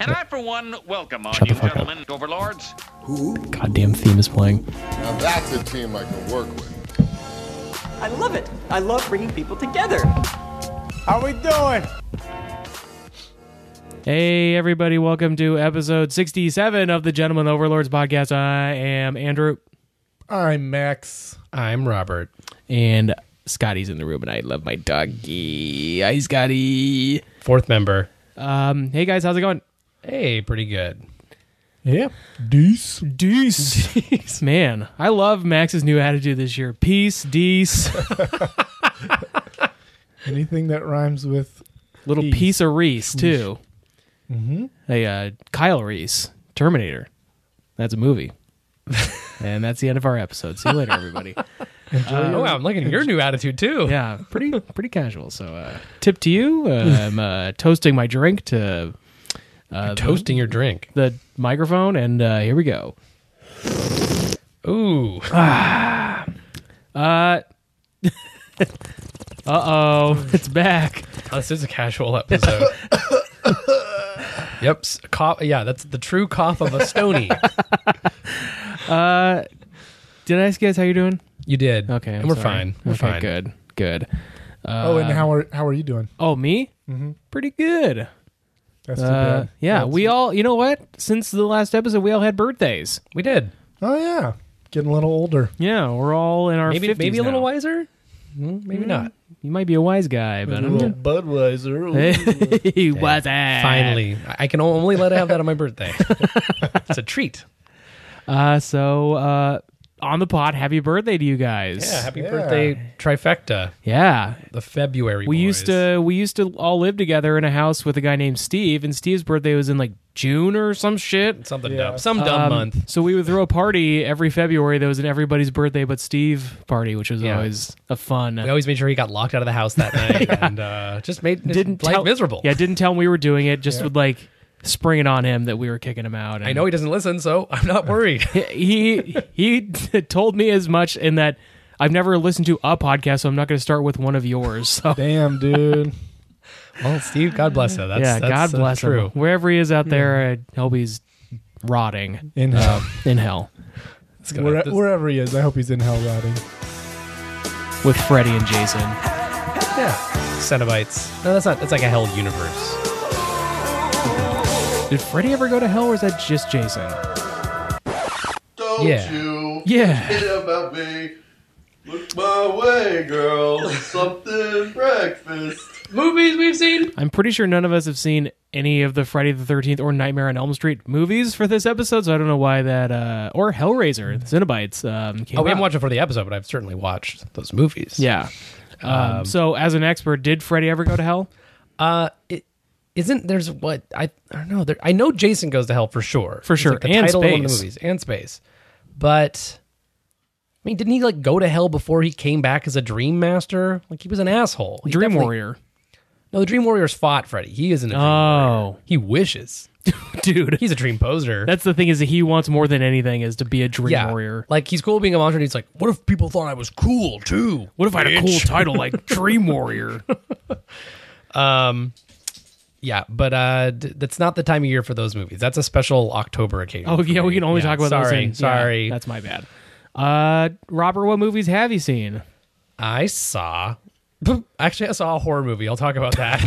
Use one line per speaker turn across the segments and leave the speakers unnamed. And I, for one, welcome all
Shut the
you
fuck up.
gentlemen, overlords.
Goddamn theme is playing.
Now that's a team I can work with.
I love it. I love bringing people together.
How we doing?
Hey everybody, welcome to episode 67 of the Gentleman Overlords podcast. I am Andrew
I'm Max. I'm Robert.
and Scotty's in the room and I love my doggy. Hi Scotty.
Fourth member.
Um hey guys, how's it going?
Hey, pretty good.
Yeah. Deuce.
Deuce. Man, I love Max's new attitude this year. Peace, Deece,
Anything that rhymes with
little
Peace.
piece of Reese too. Mm-hmm. Hey, uh, Kyle Reese, Terminator. That's a movie. and that's the end of our episode. See you later, everybody. Uh,
oh, wow, I'm looking at your new attitude too.
yeah, pretty pretty casual. So, uh, tip to you. Uh, I'm uh, toasting my drink to uh, the,
Toasting your drink.
the microphone, and uh, here we go.
Ooh.
Uh oh, it's back.
this is a casual episode. yep. s- Cough. Yeah, that's the true cough of a stony.
Did I ask you guys how you're doing?
you did.
Okay, I'm
and we're
sorry.
fine. We're
okay,
fine.
Good, good.
Oh,
Um,
and how are how are you doing?
Oh, me?
Mm-hmm.
Pretty good.
That's too
Uh,
bad.
yeah, we all. You know what? Since the last episode, we all had birthdays.
We did.
Oh yeah. Getting a little older.
Yeah, we're all in our
Maybe
50s
maybe a little
now.
wiser. Mm, Maybe not.
You might be a wise guy, but I'm not.
Budweiser.
he was
Finally,
Ah.
I- I can only let I have that on my birthday. it's a treat.
Uh, so uh, on the pod, happy birthday to you guys.
Yeah. Happy
Yeah.
birthday, trifecta.
Yeah.
The February.
We
boys.
used to we used to all live together in a house with a guy named Steve, and Steve's birthday was in like June or some shit.
something
Yeah.
dumb, some dumb
Um,
month.
So we would throw a party every February that was an everybody's birthday but Steve party, which was
Yeah.
always a fun.
We always made sure he got locked out of the house that night and uh, just made
didn't
didn't life
tell,
miserable.
Yeah, didn't tell him we were doing it. Just would like spring it on him that we were kicking him out.
I know he doesn't listen, so I'm not worried.
he he told me as much in that I've never listened to a podcast, so I'm not going to start with one of yours. So
Damn, dude.
well, Steve, God bless him. That's,
yeah,
that's,
God
uh,
bless
true.
him. Wherever he is out there, uh, I hope he's rotting
In hell.
in hell
It's gonna-
Where,
this-
wherever he is, I hope he's in hell rotting.
with Freddy and Jason.
yeah, Cenobites. No, that's not. That's like a hell universe.
Did Freddy ever go to hell, or is that just Jason?
Don't
Yeah.
you
Yeah.
forget about me. Look my way, girl. Something breakfast.
Movies we've seen.
I'm pretty sure none of us have seen any of the Friday the 13th or Nightmare on Elm Street movies for this episode, so I don't know why that, uh, or Hellraiser, the Cenobites, um, came
Oh, we haven't
up.
watched it for the episode, but I've certainly watched those movies.
Yeah. Um, so, as an expert, did Freddy ever go to hell?
Uh, it isn't. There's what I I don't know. There, I know Jason goes to hell for sure.
For
It's
sure,
like the
and
title of one of the
space.
movies and space. But I mean, didn't he like go to hell before he came back as a dream master? Like he was an asshole. He
Dream
definitely-
Warrior.
No, the dream warriors fought Freddy. He isn't. A dream
Oh,
He wishes.
dude.
He's a dream poser.
That's the thing is that he wants more than anything is to be a dream
yeah.
warrior.
Like he's cool being a monster. And he's like, what if people thought I was cool too?
What if I had a cool title like Dream Warrior?
Yeah, but uh, d- that's not the time of year for those movies. That's a special October occasion.
Oh
for
yeah,
me.
we can only
Yeah,
talk about those
sorry,
in- yeah,
Sorry,
that's my bad. Uh, Robert, what movies have you seen?
I saw. Actually, I saw a horror movie. I'll talk about that.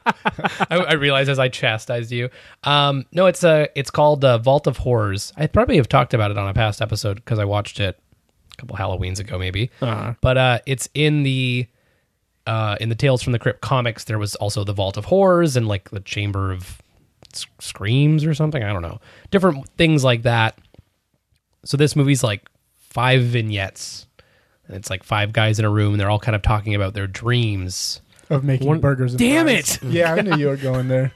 I, I realized as I chastised you. Um, no, it's a. It's called uh, Vault of Horrors. I probably have talked about it on a past episode because I watched it a couple Halloweens ago, maybe. But uh, it's in the uh, in the Tales from the Crypt comics. There was also the Vault of Horrors and like the Chamber of S- Screams or something. I don't know. Different things like that. So this movie's like five vignettes and it's like five guys in a room and they're all kind of talking about their dreams
Of making burgers and
Damn
fries.
it!
Yeah, I knew you were going there.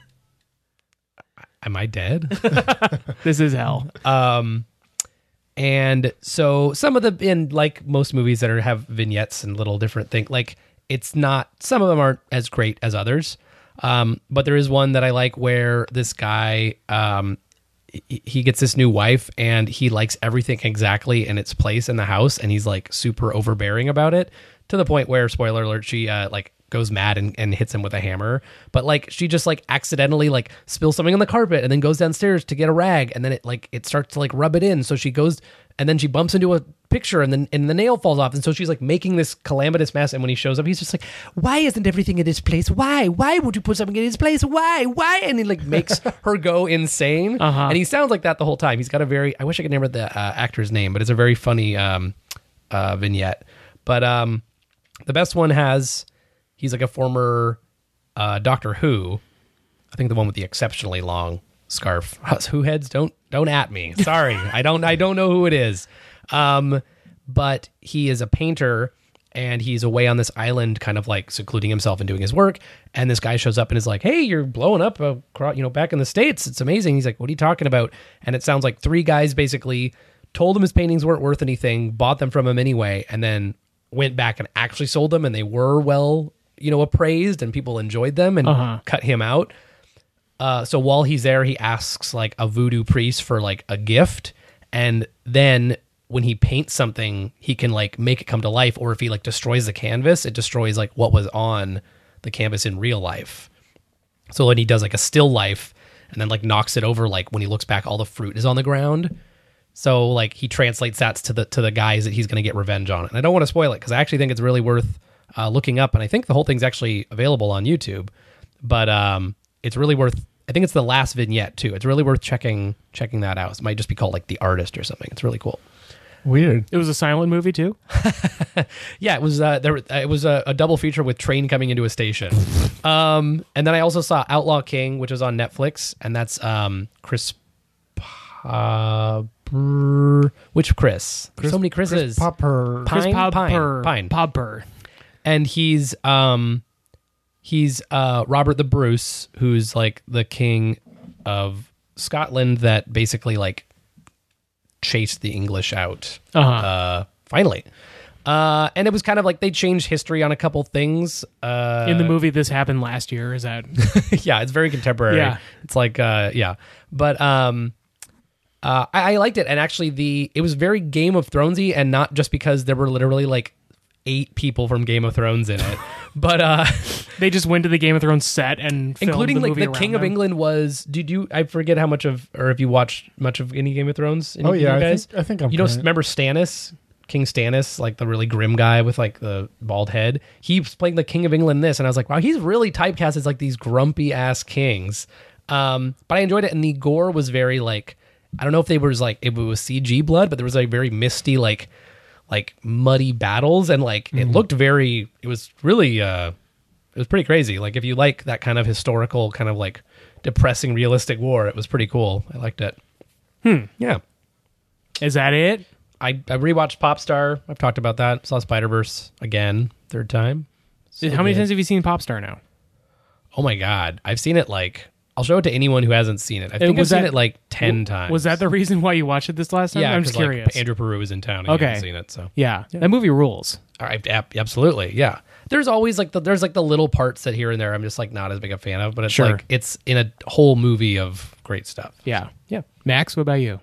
am i dead
This is hell.
and so some of the in like most movies that are have vignettes and little different thing like it's not some of them aren't as great as others um, but there is one that i like where this guy um, he- he gets this new wife and he likes everything exactly in its place in the house and he's like super overbearing about it to the point where spoiler alert she uh, like goes mad and, and hits him with a hammer. But like she just like accidentally like spills something on the carpet and then goes downstairs to get a rag and then it like it starts to like rub it in. So she goes and then she bumps into a picture and then and the nail falls off. And so she's like making this calamitous mess. And when he shows up, he's just like, Why isn't everything in its place? Why? Why would you put something in its place? Why? Why? And he like makes her go insane.
Uh-huh.
And he sounds like that the whole time. He's got a very I wish I could remember the uh, actor's name, but it's a very funny um uh vignette. But um the best one has he's like a former uh, Doctor Who. I think the one with the exceptionally long scarf. Us Who heads don't don't at me. Sorry, I don't I don't know who it is. Um, but he is a painter and he's away on this island, kind of like secluding himself and doing his work. And this guy shows up and is like, "Hey, you're blowing up, uh, cro- you know, back in the states. It's amazing." He's like, "What are you talking about?" And it sounds like three guys basically told him his paintings weren't worth anything, bought them from him anyway, and then went back and actually sold them, and they were well, you know, appraised, and people enjoyed them and cut him out. Uh, so while he's there, he asks like a voodoo priest for like a gift, and then when he paints something, he can like make it come to life. Or if he like destroys the canvas, it destroys like what was on the canvas in real life. So when he does like a still life, and then like knocks it over, like when he looks back, all the fruit is on the ground. So like he translates that to the to the guys that he's going to get revenge on. And I don't want to spoil it because I actually think it's really worth uh, looking up. And I think the whole thing's actually available on YouTube. But um, it's really worth. I think it's the last vignette too. It's really worth checking checking that out. It might just be called like the artist or something. It's really cool.
Weird.
It was a silent movie too.
Yeah, it was uh, there. were- uh, It was a, a double feature with Train coming into a station, um, and then I also saw Outlaw King, which is on Netflix, and that's um, Chris. Uh, brr- which Chris? There's so many Chris's.
Popper.
Pine,
Popper.
pine, pine.
Popper.
and he's um he's uh Robert the Bruce who's like the king of Scotland that basically like chased the English out
Uh-huh.
uh finally uh and it was kind of like they changed history on a couple things uh
In the movie, this happened last year. Is that
yeah, it's very contemporary.
Yeah.
It's like uh yeah. But um uh I, I liked it and actually the it was very Game of Thronesy and not just because there were literally like eight people from Game of Thrones in it. but uh
they just went to the Game of Thrones set and filmed
including
the
like
movie
the
around
King of
them?
England was did you I forget how much of or if you watched much of any Game of Thrones any,
Oh, yeah,
you
I
guys?
think- I think I'm
You don't
current.
remember Stannis? King Stannis, like the really grim guy with like the bald head. He's playing the King of England in this and I was like, wow, he's really typecast as like these grumpy ass kings. Um but I enjoyed it and the gore was very like I don't know if they was like if it was CG blood, but there was like very misty like like muddy battles and like
Mm-hmm.
it looked very it was really uh it was pretty crazy. Like if you like that kind of historical, kind of like depressing, realistic war, it was pretty cool. I liked it. Hmm. Yeah.
Is that it?
I, I rewatched Popstar. I've talked about that. Saw Spider Verse again, third time.
How many
good.
times have you seen Popstar now?
Oh my god, I've seen it like I'll show it to anyone who hasn't seen it. I think
was
I've seen
that-
it like ten times.
Was that the reason why you watched it this last time?
yeah?
I'm just
'cause, like,
curious.
Andrew Peru is in town. And
Okay.
okay, not seen it so.
yeah. that movie rules.
All right, ab- absolutely, yeah. There's always like the there's like the little parts that here and there I'm just like not as big a fan of, but it's
Sure.
like it's in a whole movie of great stuff.
Yeah, yeah. Max, what about you?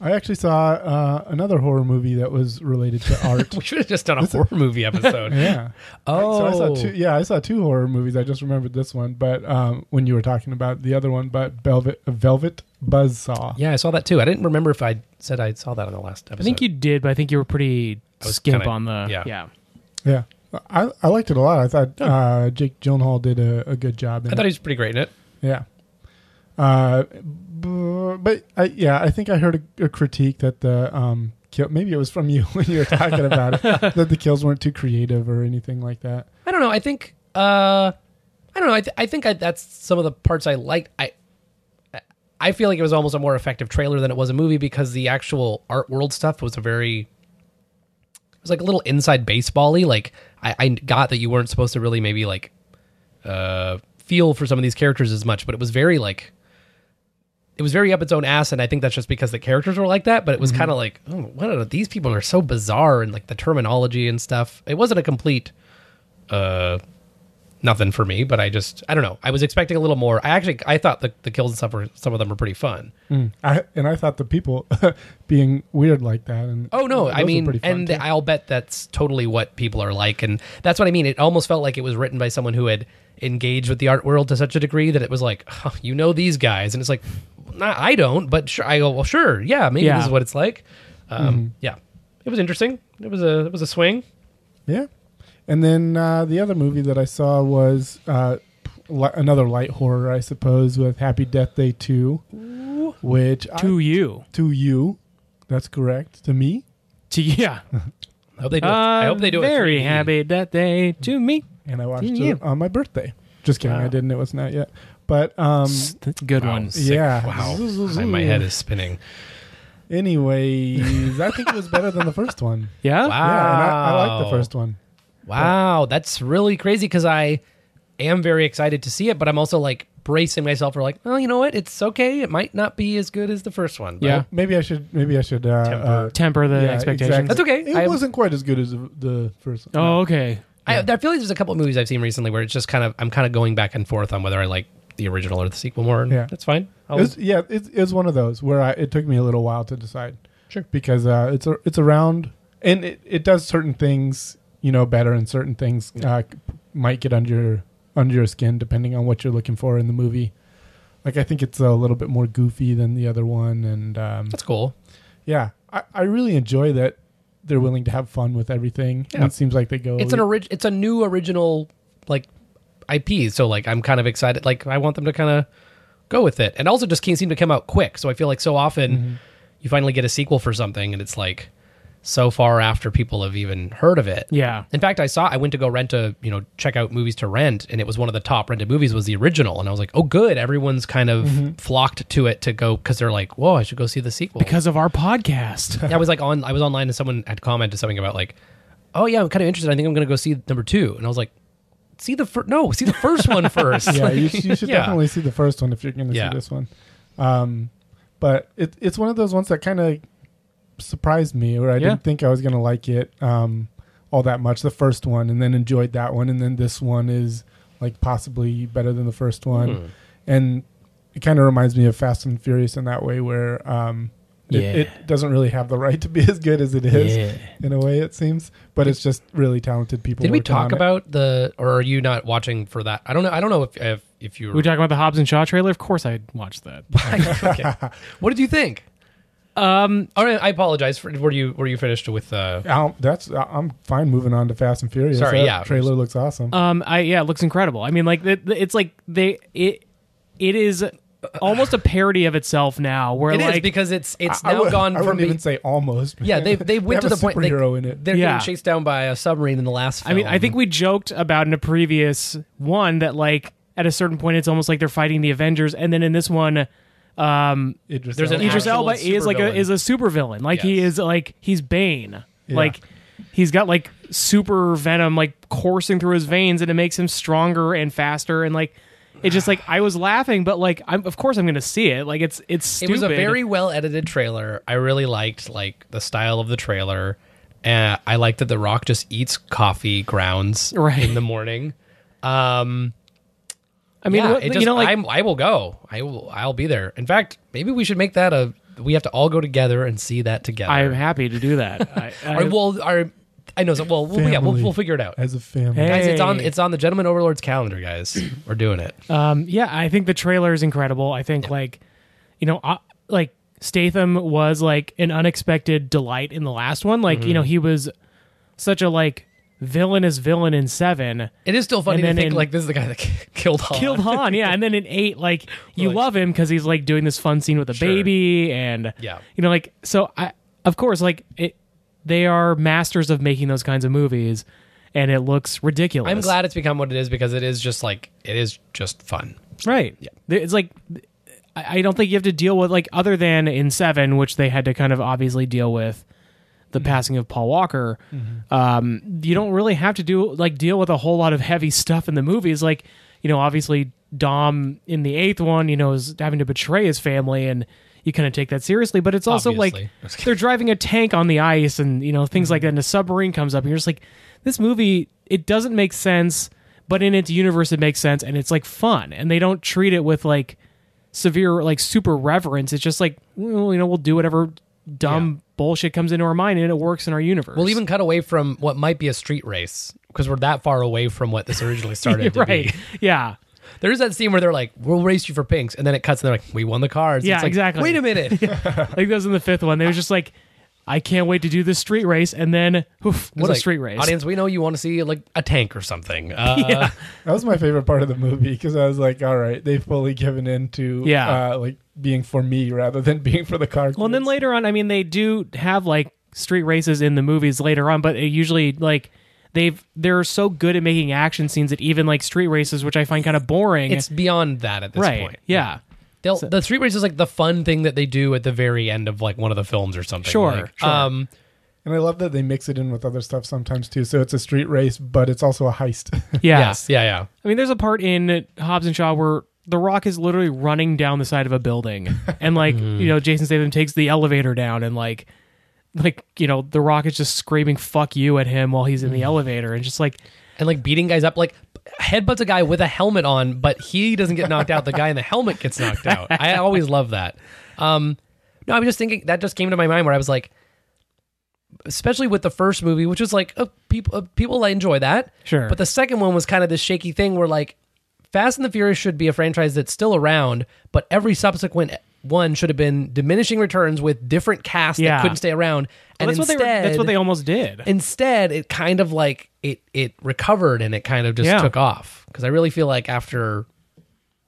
I actually saw uh, another horror movie that was related to art.
We should have just done a horror movie episode.
yeah.
Oh,
So I saw two. Yeah, I saw two horror movies. I just remembered this one, but um, when you were talking about the other one, but Velvet, Velvet Buzzsaw.
Yeah, I saw that too. I didn't remember if I said I saw that on the last episode.
I think you did, but I think you were pretty
was
skimp
kinda-
on the.
yeah.
yeah.
Yeah, I, I liked it a lot. I thought uh, Jake Gyllenhaal did a, a good job. In
I
it.
thought he was pretty great in it.
Yeah. Uh, bu- but I, yeah, I think I heard a, a critique that the um, kill, maybe it was from you when you were talking about it that the kills weren't too creative or anything like that.
I don't know. I think uh, I don't know. I, th- I think I, that's some of the parts I liked. I I feel like it was almost a more effective trailer than it was a movie because the actual art world stuff was a very it was like a little inside baseball-y. Like I, I got that you weren't supposed to really maybe like uh feel for some of these characters as much, but it was very like it was very up its own ass, and I think that's just because the characters were like that. But it was kind of like, oh, what are these people are so bizarre and like the terminology and stuff. It wasn't a complete uh nothing for me, but I just I don't know. I was expecting a little more. I actually I thought the, the kills and stuff were some of them were pretty fun.
Mm. I, and I thought the people being weird like that. And
Oh no,
those
I
were
mean,
pretty fun,
and
too.
I'll bet that's totally what people are like, and that's what I mean. It almost felt like it was written by someone who had engaged with the art world to such a degree that it was like, "Huh, you know, these guys, and it's like, nah, I don't, but sure, I go, well, sure, yeah, maybe
Yeah.
this is what it's like. Um,
Mm-hmm.
Yeah, it was interesting. It was a it was a swing.
Yeah. And then uh, the other movie that I saw was uh, li- another light horror, I suppose, with Happy Death Day 2, which I-
To you.
to you. That's correct. To me.
To yeah.
I hope they do. it- I hope they
I'm
do.
Uh,
it
Very
3D.
happy that day to
Mm.
me.
And I watched
To you.
it on my birthday. Just kidding. I didn't. It was not yet. But um,
That's a good one.
Sick.
Yeah.
Wow, my head is spinning.
anyways, I think it was better than the first one.
Yeah.
Wow.
Yeah, and I, I like the
Wow.
first one.
Wow, that's really crazy because I am very excited to see it, but I'm also like bracing myself for like, well, you know what? It's okay. It might not be as good as the first one. but
Yeah.
Maybe I should. Maybe I should uh,
Temper.
uh,
Temper the
yeah,
expectations.
exactly.
That's okay.
It
I-
wasn't quite as good as the- the first. one.
Oh, okay.
I, I feel like there's a couple of movies I've seen recently where it's just kind of I'm kind of going back and forth on whether I like the original or the sequel more. and
Yeah.
that's fine. I'll-
It was, yeah, it, it was one of those where I, it took me a little while to decide.
Sure.
Because uh, it's a, it's around and it, it does certain things, you know, better and certain things uh, c- might get under your under your skin depending on what you're looking for in the movie. Like I think it's a little bit more goofy than the other one and um,
that's cool.
yeah, I, I really enjoy that they're willing to have fun with everything. And
Yeah.
it seems like they go
It's an orig- It's a new original like IP. So like I'm kind of excited. Like I want them to kind of go with it, and also just can't seem to come out quick. So I feel like so often you finally get a sequel for something, and it's like so far after people have even heard of it.
Yeah.
In fact, I saw I went to go rent a you know check out movies to rent, and it was one of the top rented movies was the original, and I was like, oh good, everyone's kind of flocked to it to go because they're like, whoa, I should go see the sequel
Because of our podcast.
I was like on I was online and someone had commented something about like, oh yeah, I'm kind of interested. I think I'm gonna go see number two, and I was like, see the first no, see the first one first.
yeah, you, sh- you should
Yeah.
definitely see the first one if you're going to
Yeah.
see this one. Um, but it, it's one of those ones that kind of surprised me, where I
Yeah.
didn't think I was going to like it um, all that much. The first one, and then enjoyed that one, and then this one is like possibly better than the first one,
Hmm.
and it kind of reminds me of Fast and Furious in that way, where um, it,
Yeah.
it doesn't really have the right to be as good as it is in a way it seems, but it's just really talented people.
Did we
working on
talk
it.
about the or are you not watching for that? I don't know. I don't know if if, if you
We
were.
were talking about the Hobbs and Shaw trailer. Of course, I watched that.
okay. What did you think? Um. All right. I apologize. For, were you were you finished with uh?
I'll, that's I- I'm fine moving on to Fast and Furious.
Sorry,
that
yeah. Uh,
trailer looks awesome.
Um, I yeah, it looks incredible. I mean, like it, it's like they it it is almost a parody of itself now. Where
It is
like
because it's it's
I
now
would,
gone
I
from
wouldn't
being-
even say almost.
yeah they they went
have
to
a
the point they,
superhero in it.
they're
Yeah.
getting chased down by a submarine in the last.
I mean, I
film.
think we joked about in a previous one that like at a certain point it's almost like they're fighting the Avengers, and then in this one,
Idris
there's an
Elba.
Idris
actual
Elba is like a
supervillain.
is a supervillain. Like he
Yes.
is like he's Bane.
Yeah.
Like he's got like super venom like coursing through his veins, and it makes him stronger and faster. And like it's just like I was laughing, but like I'm of course I'm gonna see it. Like it's it's
it
stupid.
was a very well edited trailer. I really liked like the style of the trailer. Uh, I liked that The Rock just eats coffee grounds
Right.
in the morning. Um,
I mean,
yeah,
what-
it
you
just-
know, like
I'm, I will go. I will. I'll be there. In fact, maybe we should make that a. We have to all go together and see that together.
I'm happy to do that. I, I,
All right, well, our, I know. So, well, we'll, yeah, we'll,
Family.
we'll figure it out.
as a family.
Hey.
Guys, it's on. It's on the Gentleman Overlord's calendar, guys. We're doing it.
Um, yeah, I think the trailer is incredible. I think like, you know, I, like Statham was like an unexpected delight in the last one. Like, you know, he was such a like villainous villain in seven,
It is still funny
and
to
then
think
in-
like this is the guy that killed Han.
killed Han. Yeah, and then in eight, like you
Like-
love him because he's like doing this fun scene with a
Sure.
baby, and
Yeah.
you know, like so. I of course like it. They are masters of making those kinds of movies, and it looks ridiculous.
I'm glad it's become what it is because it is just like it is just fun.
Right. Yeah. It's like I I don't think you have to deal with like other than in seven, which they had to kind of obviously deal with the passing of Paul Walker. Um, you don't really have to do like deal with a whole lot of heavy stuff in the movies. Like you know, obviously Dom in the eighth one, you know, is having to betray his family and. You kind of take that seriously, but it's also
Obviously.
like they're driving a tank on the ice, and you know things like that. And a submarine comes up, and you're just like, this movie. It doesn't make sense, but in its universe it makes sense and it's like fun and they don't treat it with like severe like super reverence it's just like well, you know we'll do whatever dumb bullshit comes into our mind and it works in our universe
We'll even cut away from what might be a street race because we're that far away from what this originally started to
right
be.
yeah
There is that scene where they're like, "We'll race you for pinks," and then it cuts, and they're like, "We won the cards."
Yeah,
It's like,
exactly.
Wait a minute.
like that was in the fifth one they were just like i can't wait to do this street race and then oof, what
It's
a
like,
street race
Audience, we know you want to see like a tank or something. Uh,
That was my favorite part of the movie because I was like, all right, they've fully given in to
Yeah.
uh, like being for me rather than being for the car.
Well, and then later on, I mean, they do have like street races in the movies later on, but it usually like they've they're so good at making action scenes that even like street races, which I find kind of boring.
It's beyond that at this
right,
point.
yeah,
They'll, the street race is like the fun thing that they do at the very end of like one of the films or something.
Sure,
Like,
sure.
Um,
and I love that they mix it in with other stuff sometimes too. So it's a street race, but it's also a heist.
yeah.
Yes. Yeah. Yeah.
I mean, there's a part in Hobbs and Shaw where The Rock is literally running down the side of a building, and like you know, Jason Statham takes the elevator down, and like, like you know, The Rock is just screaming "fuck you" at him while he's in the elevator, and just like
And like beating guys up, like headbutts a guy with a helmet on, but he doesn't get knocked out. The guy in the helmet gets knocked out. I always love that. Um, no, I was just thinking that just came to my mind where I was like, especially with the first movie, which was like oh, people uh, people enjoy that.
Sure.
But the second one was kind of this shaky thing where like Fast and the Furious should be a franchise that's still around, but every subsequent one should have been diminishing returns with different casts
Yeah.
that couldn't stay around. And
that's
instead,
what they were, that's what they almost did.
instead it kind of like it it recovered and it kind of just
Yeah.
took off because i really feel like after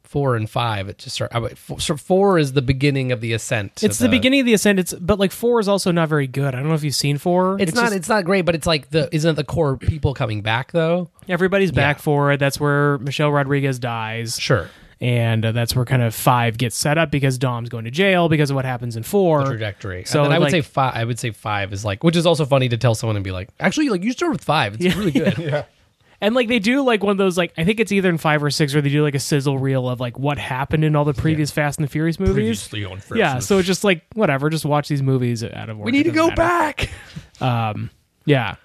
four and five it just started four, so four is the beginning of the ascent
It's the,
of
beginning of the ascent. It's but like four is also not very good. I don't know if you've seen four.
it's, not
just-
it's not great but it's like the isn't it the core people coming back though
everybody's back for it. That's where Michelle Rodriguez dies,
sure
and uh, that's where kind of five gets set up because Dom's going to jail because of what happens in four.
trajectory so
So,
and then i would
like-
say five i would say five is like which is also funny to tell someone and be like actually like you start with five it's really good
And like they do like one of those like I think it's either in five or six where they do like a sizzle reel of like what happened in all the previous Fast and the Furious movies.
Previously on Fast
yeah,
and the
so it's just like whatever. Just watch these movies out of order.
we need to
Doesn't
go
matter.
back
Yeah.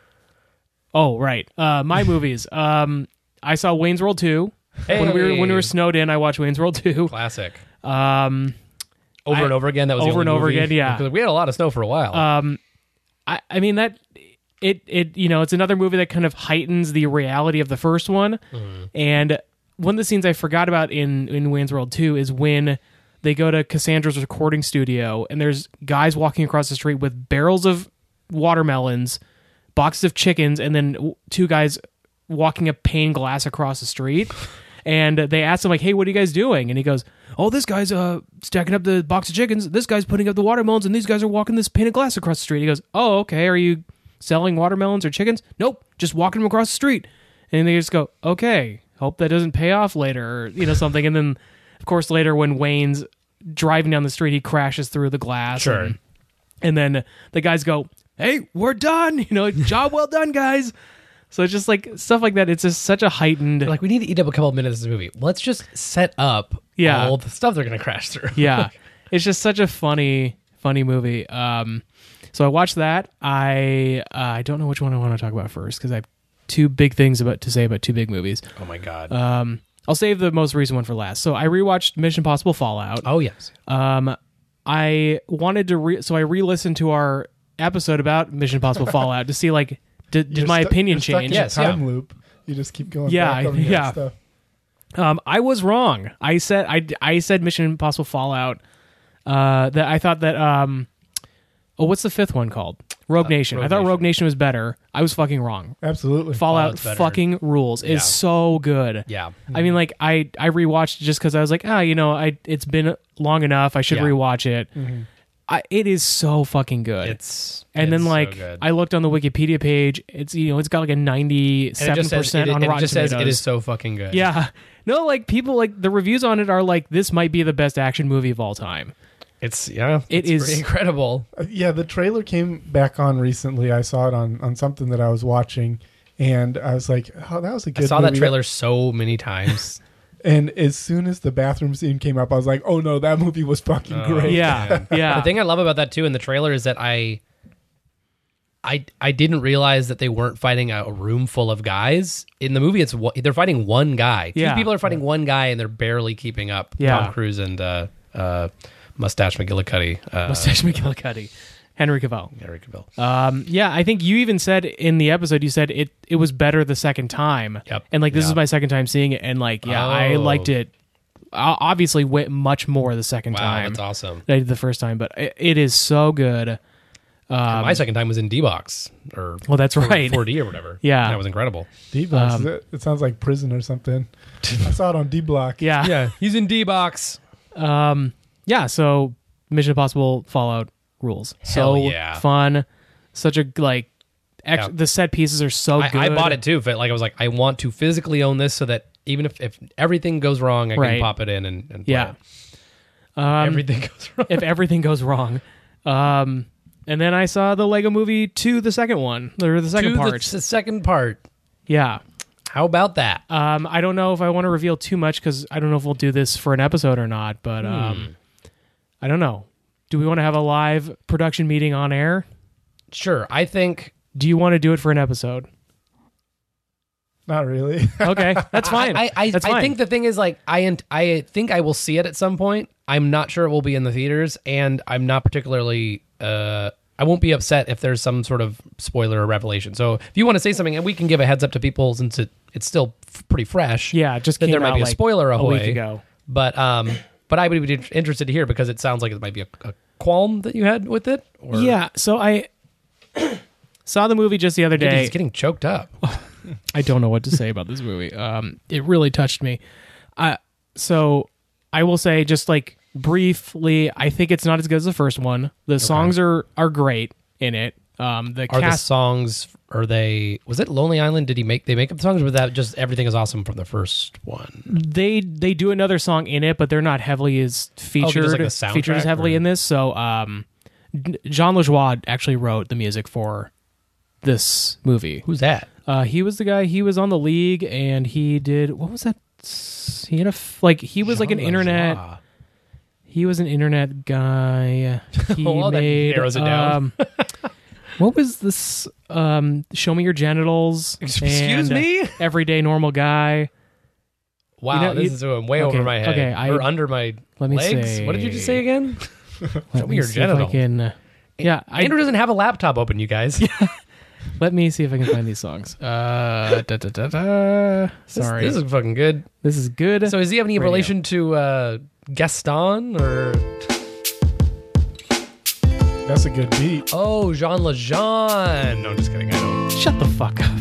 Oh right. Uh, my movies. Um, I saw Wayne's World two. When we were when we were
Hey.
snowed in, I watched Wayne's World two.
classic
Um,
over
I-
and over again that was the
over
only
and over
movie.
again, yeah. Uh,
Because we had a lot of snow for a while
I, I mean that it it you know it's another movie that kind of heightens the reality of the first one and one of the scenes i forgot about in in wayne's world 2 is when they go to cassandra's recording studio and there's guys walking across the street with barrels of watermelons boxes of chickens and then w- two guys walking a pane glass across the street and they asked him like hey what are you guys doing and he goes oh this guy's uh stacking up the box of chickens this guy's putting up the watermelons and these guys are walking this pane of glass across the street he goes oh okay are you selling watermelons or chickens nope just walking them across the street and they just go okay hope that doesn't pay off later or you know something and then of course later when wayne's driving down the street he crashes through the glass
Sure.
and- and then the guys go, "Hey, we're done." You know, job well done, guys. So it's just like stuff like that. It's just such a heightened,
They're like we need to eat up a couple of minutes of this movie. Let's just set up
Yeah.
all the stuff they're gonna crash through.
yeah. It's just such a funny, funny movie. Um, so I watched that. I uh, I don't know which one I want to talk about first because I have two big things about to say about two big movies.
oh my god.
Um, I'll save the most recent one for last. So I rewatched Mission Impossible Fallout.
oh yes.
Um, I wanted to re- so I re-listened to our episode about Mission Impossible Fallout to see like did, did
You're
my
stu-
opinion
you're stuck
change?
in a
Yes, yeah.
time loop. You just keep going.
Yeah,
back over that
yeah.
Stuff.
Um, I was wrong. I said I, I said Mission Impossible Fallout. Uh, that I thought that um, oh, what's the fifth one called? Rogue Nation. I thought
Uh, Nation.
Rogue Nation was better. I was fucking wrong.
Absolutely.
Fallout
Fallout's better.
fucking rules. It's
Yeah.
so good.
Yeah.
I mean, like I I rewatched it just because I was like, ah, you know, I it's been long enough. I should
Yeah. Mm-hmm.
rewatch it. I, it is so fucking good.
It's
and
it's
then
so
like
good.
I looked on the Wikipedia page. It's you know it's got like a ninety
And it
seven
just says-
percent
it-
on
and it
Rotten
just says it
Tomatoes.
is so fucking good.
Yeah. No, like people like the reviews on it are like this might be the best action movie of all time.
It's yeah.
It
it's
is-
pretty incredible.
Uh, Yeah, the trailer came back on recently. I saw it on on something that I was watching, and I was like, "Oh, that was a
I
good."
saw that
movie.
trailer so many times.
And as soon as the bathroom scene came up, I was like, "Oh no, that movie was fucking great."
Yeah. Yeah.
The thing I love about that too in the trailer is that I I I didn't realize that they weren't fighting a room full of guys. In the movie, it's one- they're fighting one guy. Two
Yeah.
people are fighting one guy, and they're barely keeping up.
Yeah.
Tom Cruise and uh, uh, Mustache McGillicuddy. Uh,
Mustache McGillicuddy, Henry Cavill.
Eric Cavill.
Um, yeah, I think you even said in the episode you said it it was better the second time.
Yep.
And like this
Yeah.
is my second time seeing it, and like yeah, I
Oh.
liked it. o- Obviously, went much more the second
wow,
time
that's awesome.
than I did the first time, but it, it is so good.
And my second time was in D box or
Well, that's right.
4D or whatever.
Yeah.
that was incredible.
D box.
Um,
is it? it sounds like prison or something. I saw it on D Block.
Yeah, yeah,
he's in D box.
So Mission Impossible Fallout rules. so
Hell yeah.
fun, such a like. Ex-
Yeah.
The set pieces are so
I,
good.
I bought it too. But like I was like, I want to physically own this so that even if, if everything goes wrong, I can
Right.
pop it in and, and play
Yeah. Um,
it. everything goes wrong.
if everything goes wrong. Um, and then I saw the Lego Movie two, the second one, or the second
To the-
part.
The, second part.
yeah.
How about that? Uh,
Um, I don't know if I want to reveal too much because I don't know if we'll do this for an episode or not. But
Hmm.
um, I don't know. Do we want to have a live production meeting on air?
sure. I think
Do you want to do it for an episode?
Not really.
Okay, that's fine.
I, I,
that's
I
fine.
think the thing is like I ant- I think I will see it at some point. I'm not sure it will be in the theaters, and I'm not particularly. Uh, I won't be upset if there's some sort of spoiler or revelation. So if you want to say something, and we can give a heads up to people since it, it's still f- pretty fresh.
yeah, it just
then
came
there might
out
be a
like
spoiler
a
ahoy.
week ago.
But um, but I would be int- interested to hear because it sounds like it might be a, a qualm that you had with it. Or
Yeah, so I saw the movie just the other
Dude,
day.
he's getting choked up.
I don't know what to say about this movie. Um, it really touched me. Uh, so I will say just like briefly, I think it's not as good as the first one. The songs are are great in it. Um, the
Are the
cast
songs? Are they? Was it Lonely Island? Did he make? They make up songs, or was that just everything is awesome from the first one?
they they do another song in it, but they're not heavily as
just,
featured
like, the
featured as
soundtrack,
heavily
or-
in this. So um, John LaJoie actually wrote the music for this movie.
Who's that?
Uh, he was the guy. He was on the league, and he did what was that? s- He had a f- like he was like an
Jean
internet.
Lajoie.
He was an internet guy. He
Well, that
made,
narrows it down.
um, what was this? Um, Show me your genitals.
Excuse
and, uh,
me?
everyday normal guy.
Wow,
You know,
this
you-
is going way
okay,
over my head.
okay, I-
or under my
let me
legs.
see.
What did you just say again?
Let
me your
see if I
genitals.
can, uh, yeah, I,
Andrew doesn't have a laptop open, you guys.
let me see if I can find these songs. Uh, da, da, da, da.
This-
Sorry,
this, is fucking good.
good.
So, is he have any
Radio.
relation to uh, Gaston or
That's a good beat.
oh Jean Valjean? No, I'm just kidding. I don't.
shut the fuck up.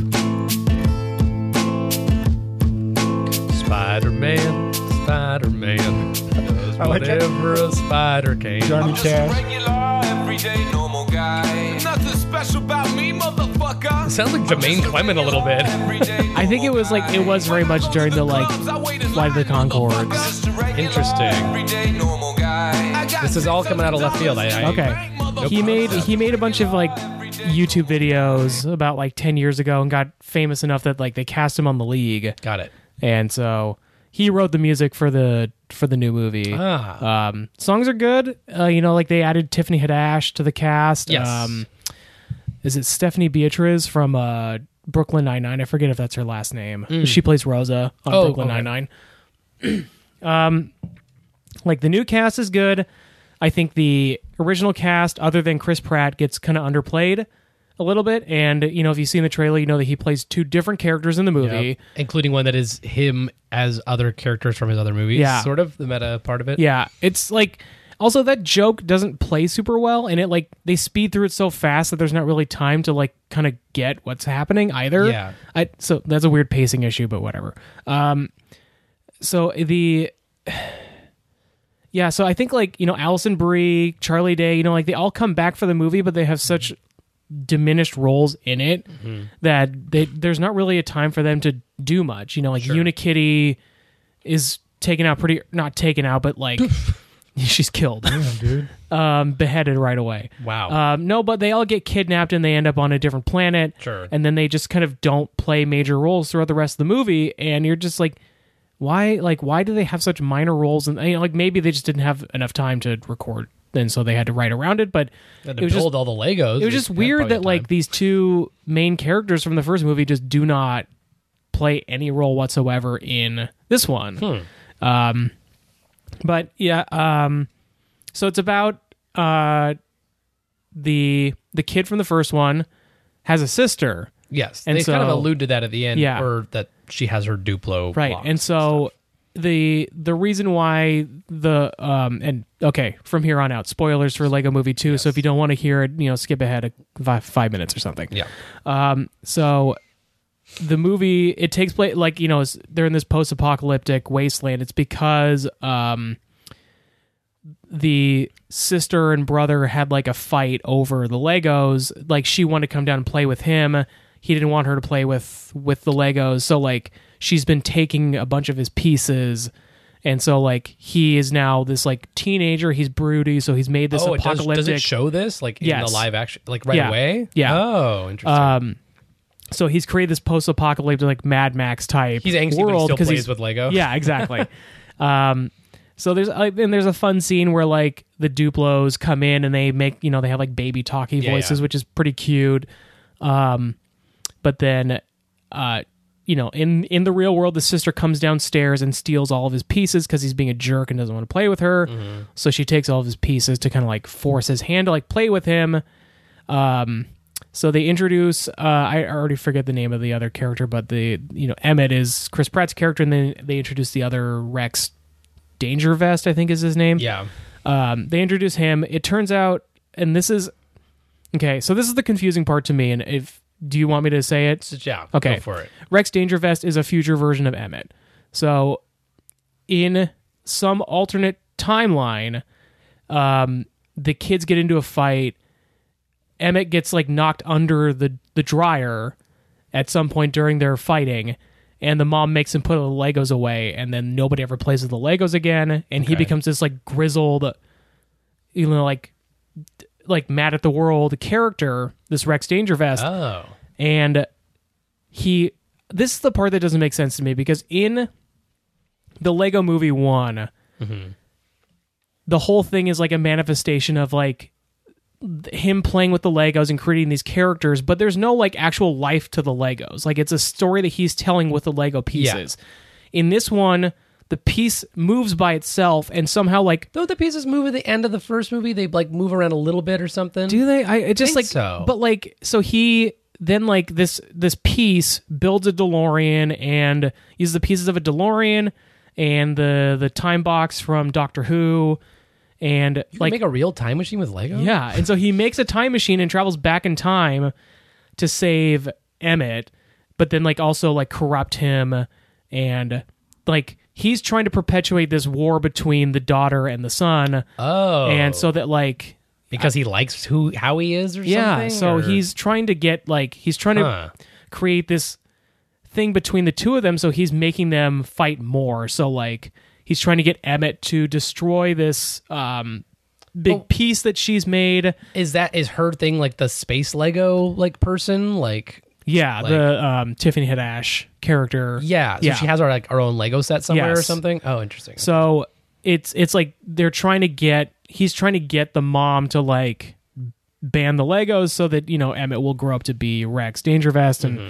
Spider Man, Spider Man does
I like that.
whatever a spider can.
Johnny
I'm just a
Cash.
regular, everyday, normal guy. Nothing special about me, motherfucker.
Sounds like Jermaine Clement a little bit.
I think it was like it was very much during the like Flight of the Concords.
Interesting. This is all coming out of left field. I, I
Okay. He made he made a bunch of like YouTube videos about like 10 years ago and got famous enough that like they cast him on the league.
got it.
And so he wrote the music for the for the new movie.
Ah,
Um songs are good. Uh, you know like they added Tiffany Haddish to the cast.
Yes.
Um is it Stephanie Beatriz from uh Brooklyn Nine-Nine? I forget if that's her last name. She plays Rosa on
Mm. Oh,
Brooklyn
okay.
Nine-Nine. um, like the new cast is good. I think the original cast, other than Chris Pratt, gets kind of underplayed a little bit. And you know, if you see in the trailer, you know that he plays two different characters in the movie.
Yep. including one that is him as other characters from his other movies.
Yeah.
sort of the meta part of it.
Yeah, it's like also that joke doesn't play super well, and it like they speed through it so fast that there's not really time to like kind of get what's happening either.
Yeah.
I, so that's a weird pacing issue, but whatever. Um, so the yeah, so I think like you know Allison Brie, Charlie Day, you know like they all come back for the movie, but they have such diminished roles in it that they, there's not really a time for them to do much. You know, like Unikitty is taken out pretty not taken out, but like she's killed,
dude.
um, beheaded right away.
Wow.
Um, no, but they all get kidnapped and they end up on a different planet.
Sure.
And then they just kind of don't play major roles throughout the rest of the movie, and you're just like. Why, like, why do they have such minor roles? And you know, like, maybe they just didn't have enough time to record and so they had to write around it. But
Had
it
to
was just
build all the Legos.
it was
They
just
had
weird
plenty of
that like
time.
these two main characters from the first movie just do not play any role whatsoever in this one.
Hmm.
Um, but yeah, um, so it's about uh, the the kid from the first one has a sister,
yes,
and
they kind of
so-
allude to that at the end,
Yeah.
or that she has her Duplo,
right?
box.
And so the the reason why the um and okay from here on out spoilers for Lego Movie two. So if you don't want to hear it, you know, skip ahead a, five, five minutes or something.
yeah,
So the movie it takes place like you know it's- they're in this post-apocalyptic wasteland. It's because um the sister and brother had like a fight over the Legos. Like she wanted to come down and play with him. He didn't want her to play with with the Legos. So like she's been taking a bunch of his pieces. And so like he is now this like teenager, he's broody, so he's made this
oh, it does,
apocalyptic
does it show this like in
Yes.
the live action, like right
Yeah.
away?
Yeah. Uh,
Oh, interesting.
so he's created this post-apocalyptic like Mad Max type.
He's angsty, but he
world
still
'cause
plays
he's-
with Lego.
Yeah, exactly. um, so there's uh, and there's a fun scene where like the Duplos come in and they make you know they have like baby talky
Yeah,
voices,
yeah.
which is pretty cute. Um, but then, uh, you know, in in the real world, the sister comes downstairs and steals all of his pieces because he's being a jerk and doesn't want to play with her.
Mm-hmm.
So she takes all of his pieces to kind of like force his hand to like play with him. Um, so they introduce uh, I already forget the name of the other character, but the you know Emmett is Chris Pratt's character, and then they introduce the other Rex Danger Vest, I think is his name.
yeah.
Um, they introduce him. It turns out, and this is okay. So this is the confusing part to me. And if do you want me to say it?
So, yeah.
Okay.
Go for it.
Rex Danger Vest is a future version of Emmett. So, in some alternate timeline, um, the kids get into a fight. Emmett gets like knocked under the the dryer at some point during their fighting, and the mom makes him put the Legos away, and then nobody ever plays with the Legos again, and he becomes this like grizzled, you know, like like mad at the world character. This Rex Danger Vest
Oh,
and he this is the part that doesn't make sense to me because in the lego movie one the whole thing is like a manifestation of like th- him playing with the legos and creating these characters but there's no like actual life to the legos like it's a story that he's telling with the lego pieces in this one the piece moves by itself and somehow like
don't the pieces move at the end of the first movie? They like move around a little bit or something.
Do they? I it just like
think so.
But like so he then like this this piece builds a DeLorean and uses the pieces of a DeLorean and the the time box from Doctor Who and
You can
like
make a real time machine with Lego?
yeah, and so he makes a time machine and travels back in time to save Emmett, but then like also like corrupt him and like he's trying to perpetuate this war between the daughter and the son
Oh,
and so that like
because he likes who how he is or something.
yeah, so
or-
he's trying to get like he's trying
Huh.
to create this thing between the two of them. So he's making them fight more. So like he's trying to get Emmett to destroy this um, big piece that she's made.
is that is her thing like the space Lego like person like
Yeah,
Like-
the um, Tiffany Haddish character.
yeah so
yeah.
she has our like our own Lego set somewhere or
Yes.
something. Oh, interesting.
So it's it's like they're trying to get he's trying to get the mom to like ban the Legos so that you know Emmett will grow up to be Rex Danger Vest and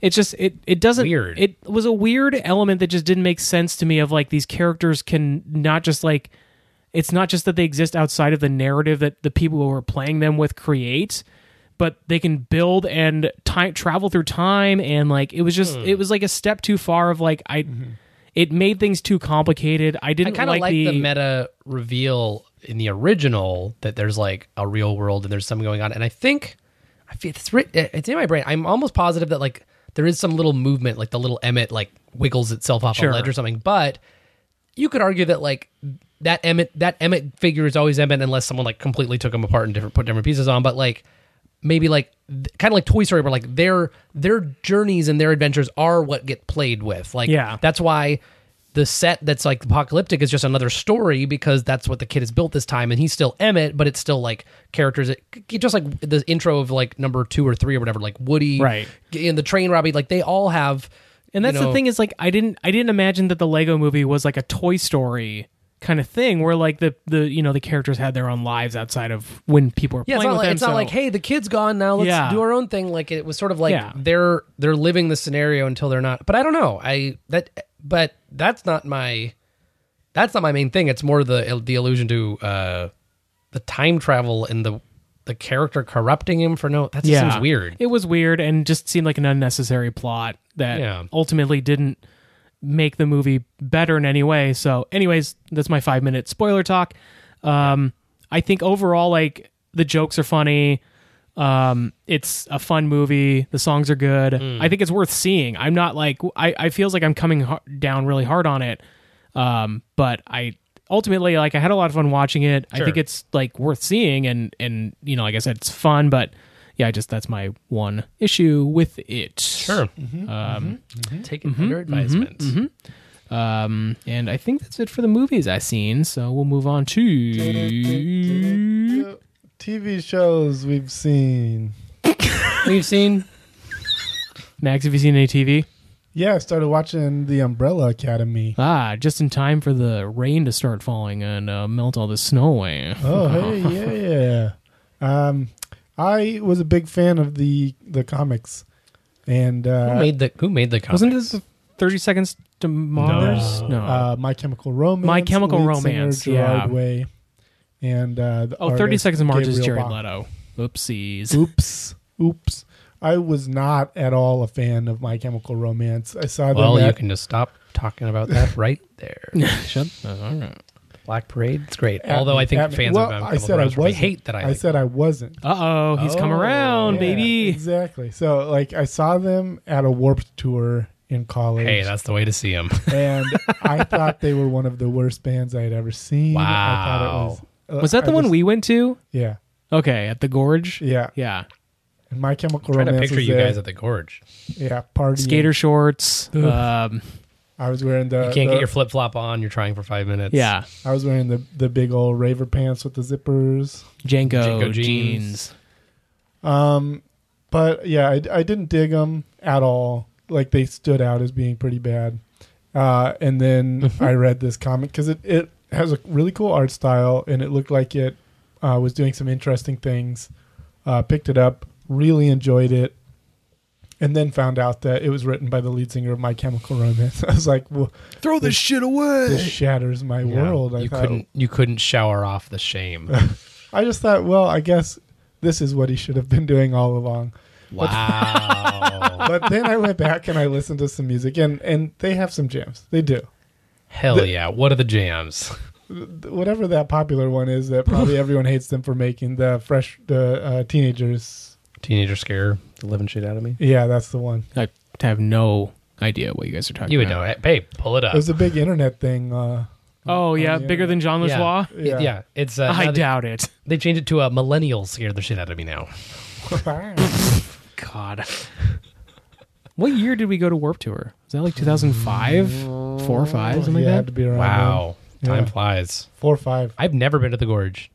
it's just it it doesn't
Weird.
it was a weird element that just didn't make sense to me of like these characters can not just like it's not just that they exist outside of the narrative that the people who are playing them with create but they can build and time travel through time and like it was just it was like a step too far of like I it made things too complicated I
I
didn't
kind of
like,
like, the, meta reveal in the original that there's like a real world and there's something going on. And I think I feel it's writ- it's in my brain. I'm almost positive that like there is some little movement, like the little Emmett like wiggles itself off
Sure.
a ledge or something. But you could argue that like that Emmett that Emmett figure is always Emmett unless someone like completely took him apart and different put different pieces on. But like maybe like kind of like Toy Story, where like their their journeys and their adventures are what get played with. Like
Yeah.
that's why the set that's like apocalyptic is just another story because that's what the kid has built this time and he's still Emmett, but it's still like characters that, just like the intro of like number two or three or whatever, like Woody
Right.
in the train Robbie, like they all have
and that's
you know,
the thing is like I didn't I didn't imagine that the Lego movie was like a Toy Story kind of thing where like the the you know the characters had their own lives outside of when people were
Yeah, it's
playing with
not, like,
them.
it's not
so-
like, hey, the kid's gone now. Let's
Yeah.
do our own thing. Like it was sort of like
Yeah.
they're they're living the scenario until they're not. But I don't know. I that but that's not my that's not my main thing. It's more the the allusion to uh the time travel and the the character corrupting him for no. That just
yeah,
seems weird.
It was weird and just seemed like an unnecessary plot that
Yeah.
ultimately didn't make the movie better in any way. So, anyways, that's my five minute spoiler talk. Um, I think overall, like the jokes are funny. Um, it's a fun movie. The songs are good.
Mm.
I think it's worth seeing. I'm not like I. I feels like I'm coming har- down really hard on it. Um, but I ultimately like I had a lot of fun watching it. I think it's like worth seeing, and and you know, like I said, it's fun. But yeah, I just that's my one issue with it.
Sure.
Mm-hmm.
Take it
Mm-hmm.
under advisement.
Um, and I think that's it for the movies I've seen. So we'll move on to.
TV shows we've seen.
We've seen
Max, have you seen any TV?
Yeah, I started watching The Umbrella Academy.
Ah, just in time for the rain to start falling and uh, melt all the snow away.
Oh, hey, yeah. Um, I was a big fan of the the comics, and
who
uh,
made the who made the comics?
Wasn't it the 30 Seconds to Mars? No.
uh, My Chemical Romance,
My Chemical
lead
Romance,
singer Gerard
yeah.
Way, and uh, the
oh, 30
artist,
Seconds to Mars is
Gabriel
Jared
Bach.
Leto. Oopsies.
Oops, oops. I was not at all a fan of My Chemical Romance. I saw them
well, you
at-
can just stop talking about that right there.
Shut uh, all right.
Black Parade. It's great.
at
Although
me-
I think
at me.
fans of
well,
Mount
I said I
Kilimanjaro
wasn't.
hate that I, like
said I wasn't.
Uh oh, he's come
Oh,
around,
Yeah,
baby.
Exactly. So like I saw them at a warped tour in college.
Hey, that's the way to see him.
and I thought they were one of the worst bands I had ever seen. I thought it
Wow.
was uh,
Was that the
I
one
just-
we went to?
Yeah.
Okay, at the Gorge?
Yeah.
Yeah.
And my chemical
Trying to
romance
picture
was
you
there.
guys at the gorge.
yeah, party.
Skater shorts. Um,
I was wearing the
You can't
the-
get your flip flop on. You're trying for five minutes.
yeah.
I was wearing the the big old raver pants with the zippers.
Django,
Django
jeans.
jeans.
Um but yeah, I, I didn't dig them at all. Like they stood out as being pretty bad. Uh, and then I read this comic because it, it has a really cool art style and it looked like it uh, was doing some interesting things. Uh, picked it up, really enjoyed it, and then found out that it was written by the lead singer of My Chemical Romance. I was like, well,
Throw this shit away.
this shatters my
Yeah.
world. I,
you
thought-
couldn't. You couldn't shower off the shame.
I just thought, well, I guess this is what he should have been doing all along.
wow.
But then I went back and I listened to some music, and, and they have some jams. They do.
Hell yeah. What are the jams?
whatever that popular one is that probably everyone hates them for making the fresh the uh, teenagers.
Teenager scare the living shit out of me.
Yeah, that's the one.
I have no idea what you guys are talking
You would know
about.
it. Hey, pull it up.
It was a big internet thing. Uh,
Oh, yeah.
On the
Bigger than John
yeah.
Lajoie?
yeah.
Yeah.
yeah. It's. Uh,
I
now they,
doubt it.
they changed it to a millennial scare the shit out of me now.
God. what year did we go to Warp Tour? Is that like 2005? Four or five? Something
yeah,
like
had
that?
to be around. then.
Wow. Time
Yeah.
flies.
four or five.
I've never been to the gorge.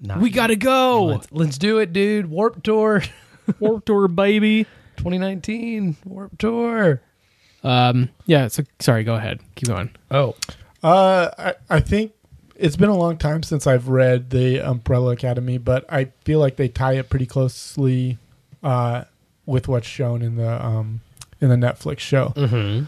Not
We gotta go.
Let's, let's do it, dude. Warp Tour
Warp Tour, baby.
2019. Warp Tour.
Um, yeah, so sorry, go ahead. Keep going.
Oh,
Uh, I, I think it's been a long time since I've read the Umbrella Academy, but I feel like they tie it pretty closely uh, with what's shown in the um, in the Netflix show.
mm-hmm.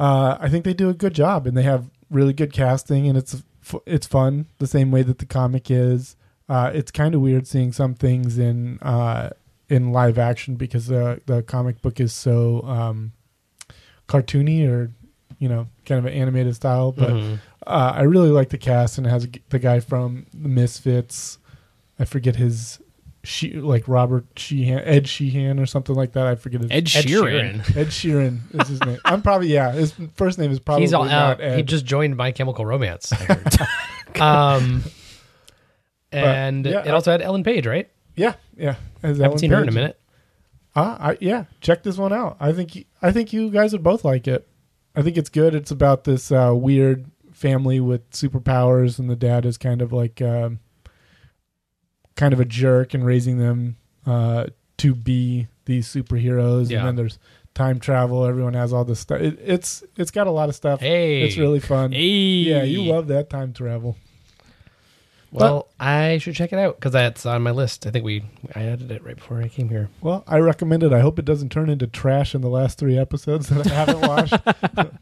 uh, I think they do a good job, and they have really good casting, and it's f- it's fun the same way that the comic is. Uh, it's kind of weird seeing some things in uh, in live action because the the comic book is so um, cartoony or you know kind of an animated style. But uh, I really like the cast, and it has the guy from the Misfits. I forget his she like Robert Sheehan, Ed Sheehan, or something like that. I forget his
Ed, Sheeran.
Ed Sheeran is his name. I'm probably yeah. His first name is probably
He's all out.
not Ed.
He just joined My Chemical Romance. I heard. um, and
yeah,
it also had Ellen Page, right?
yeah yeah. As
I haven't seen her in a minute.
Ah, I, yeah. Check this one out. I think you- I think you guys would both like it. I think it's good. It's about this uh, weird family with superpowers, and the dad is kind of like um, kind of a jerk and raising them uh, to be these superheroes.
Yeah.
And then there's time travel. Everyone has all this stuff. It, it's it's got a lot of stuff.
Hey.
it's really fun.
Hey.
Yeah, you love that time travel.
Well, I should check it out because that's on my list. I think we I added it right before I came here.
Well, I recommend it. I hope it doesn't turn into trash in the last three episodes that I haven't watched.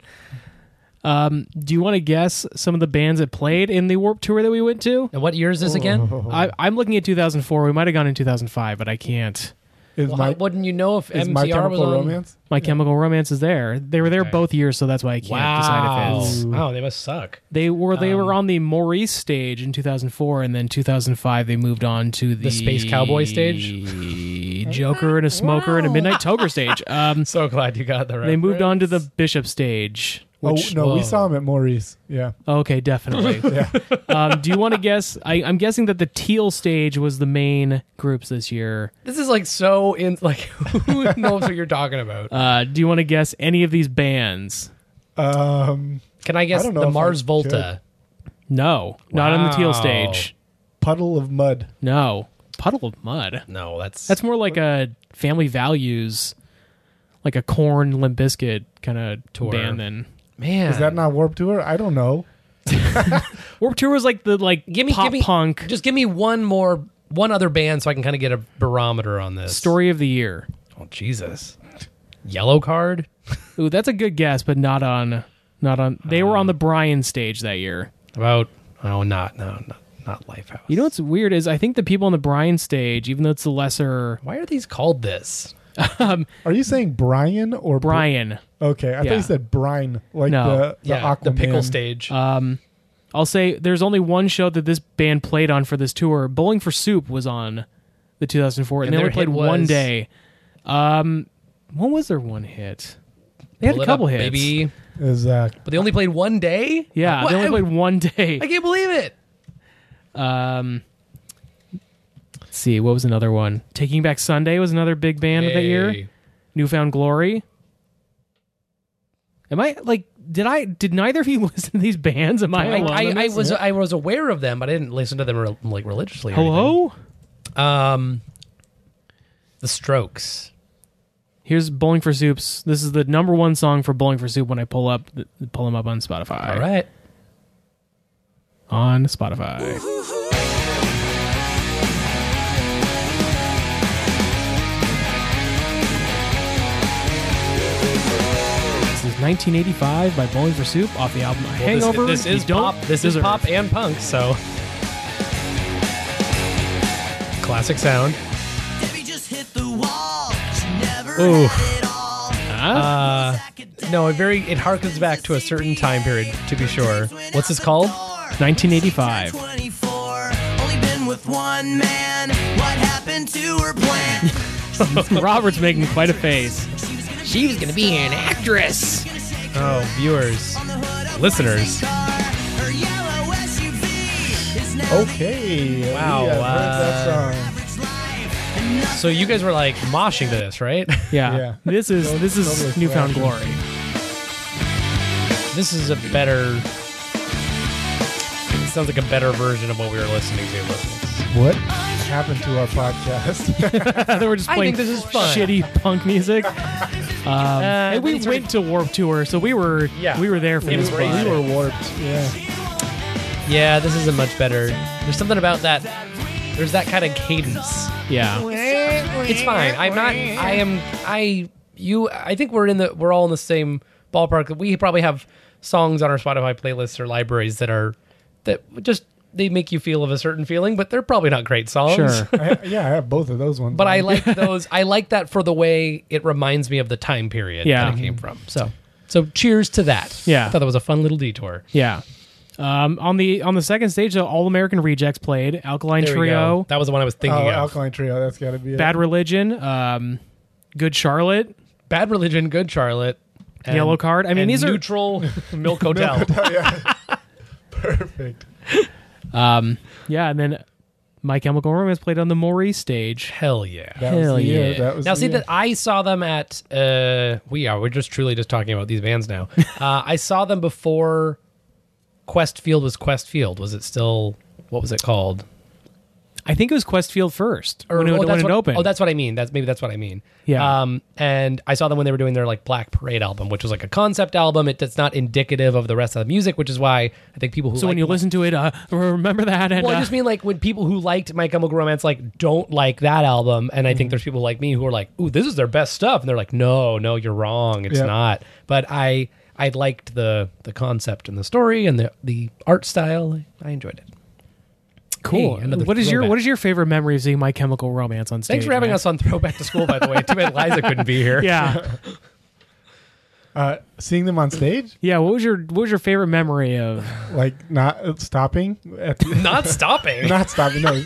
Um, do you want to guess some of the bands that played in the Warp Tour that we went to?
And what year is this again?
Oh.
I, I'm looking at 2004. We might have gone in 2005, but I can't.
Is
Well,
my
how wouldn't you know if
is
MTR
my
was
chemical
on?
romance?
My Chemical Romance is there. They were there
Okay.
both years, so that's why I can't decide
Wow! Um,
if it's.
Wow, they must suck.
They were they were on the Maurice stage in 2004, and then 2005 they moved on to the,
Space Cowboy stage?
Joker and a Smoker and a Midnight Toker stage. Um,
So glad you got the right.
they moved on to the Bishop stage. Which,
oh no,
whoa.
we saw him at Maurice. Yeah,
okay, definitely. um, do you want to guess? I, I'm guessing that the Teal stage was the main groups this year.
This is like so in like who knows what you're talking about?
Uh, do you want to guess any of these bands?
um,
Can I guess
I don't know
the
if I
Mars Volta?
could.
No, not on the Teal
Wow.
stage.
puddle of mud.
No, Puddle of Mud.
No, that's
That's more like a Family Values, like a Corn Limp Bizkit kind of
Tour.
band. Then
man.
Is that not Warp Tour? I don't know.
Warped Tour was like the like
give me
pop
give me,
punk
Just give me one more one other band so I can kind of get a barometer on this
story of the year.
Oh Jesus! Yellow card.
Ooh, that's a good guess, but not on not on. They were on the Brian stage that year.
About oh, not no, not not Lifehouse.
You know what's weird is I think the people on the Brian stage, even though it's the lesser
why are these called this?
Are you saying Brian or Br-
Brian,
Okay, I thought
Yeah.
you said brine, like
No.
the, the Aquaman.
the pickle stage.
Uh, I'll say there's only one show that this band played on for this tour. Bowling for Soup was on the 2004, and,
And
they only
their hit
played one
was-
day. Um, what was their one hit? They had
Pull
a
it
couple
up,
hits.
baby.
Is that
But they only played one day.
Yeah,
What?
they only
I,
played one day.
I can't believe it.
Let's see, what was another one? Taking Back Sunday was another big band of that year.
Hey.
Newfound Glory. Am I like? Did I? Did neither of you listen to these bands? Am I?
I,
alone in
I, I
this?
was I was aware of them, but I didn't listen to them re- like religiously. or
Hello.
anything. Um, the Strokes.
Here's Bowling for Soups. This is the number one song for Bowling for Soup when I pull up pull them up on Spotify.
All right.
On Spotify. This is 1985 by Bowling for Soup off the album
Well, this-
Hangover.
This,
You
is
don't
pop. This
deserve.
is pop and punk. So classic sound.
Debbie just hit the wall. She never
Ooh.
had it all.
Huh?
Uh, no, it very it harkens back to a certain time period to be sure. What's this called?
1985.
24. Only been with one man. What happened to her plan?
Robert's making quite a face.
she was gonna be an actress.
Oh, viewers. Listeners.
okay?
Wow,
we have
uh,
heard that song.
So you guys were like moshing to this, right?
Yeah.
Yeah.
This is
Totally-
this is
totally
newfound
thrashing.
glory.
this is a better. it sounds like a better version of what we were listening to. Listeners.
What happened to our podcast?
they were just
I
playing
think this is fun.
shitty punk music. Um, and we
these are-
went to Warp Tour, so we were
Yeah.
we were there for
It
this
was right.
one.
we were warped. Yeah,
Yeah, this is a much better. There's something about that. There's that kind of cadence.
Yeah,
It's fine. I'm not. I am. I. You. I think we're in the. We're all in the same ballpark. We probably have songs on our Spotify playlists or libraries that are that just they make you feel of a certain feeling, but they're probably not great songs.
sure.
I ha- yeah, I have both of those ones. Oh,
But I
on.
like those. I like that for the way it reminds me of the time period
Yeah. Mm-hmm.
that it came from. So, so cheers to that.
Yeah.
I thought that was a fun little detour.
Yeah. Um, on the on the second stage, though, All American Rejects played Alkaline
There we
Trio,
go. That was the one I was thinking
oh,
of.
Alkaline Trio. That's got to be it.
Bad Religion, um, Good Charlotte,
Bad Religion, Good Charlotte, and-
Yellow Card. I mean,
and
these are
neutral Milk Hotel.
Perfect.
yeah. And then My Chemical Romance played on the Maurice stage.
Hell yeah.
That was
Hell
the year.
yeah.
That was
Now,
the
see
year.
that I saw them at uh, we are we're just truly just talking about these bands now. Uh, I saw them before Quest Field was Quest Field. Was it still what was it called?
I think it was Questfield first
Or-
when it,
oh,
when
that's
it
what,
opened.
Oh, that's what I mean. That's maybe that's what I mean.
Yeah.
Um, and I saw them when they were doing their like Black Parade album, which was like a concept album. It, it's not indicative of the rest of the music, which is why I think people who
so when
like-
you listen to it, uh, remember that. And
Well, I
uh,
just mean like when people who liked My Chemical Romance like don't like that album, and I
Mm-hmm.
think there's people like me who are like, "Ooh, this is their best stuff," and they're like, "No, no, you're wrong. It's
Yeah.
not." But I I liked the the concept and the story and the the art style. I enjoyed it.
cool.
Hey, another
what is your
throwback.
What is your favorite memory of seeing My Chemical Romance on stage?
Thanks for having
man?
us on Throwback to School. By the way, too bad Liza couldn't be here.
Yeah,
Uh, seeing them on stage,
yeah. What was your What was your favorite memory of
like not stopping, at the,
not stopping.
not stopping. No,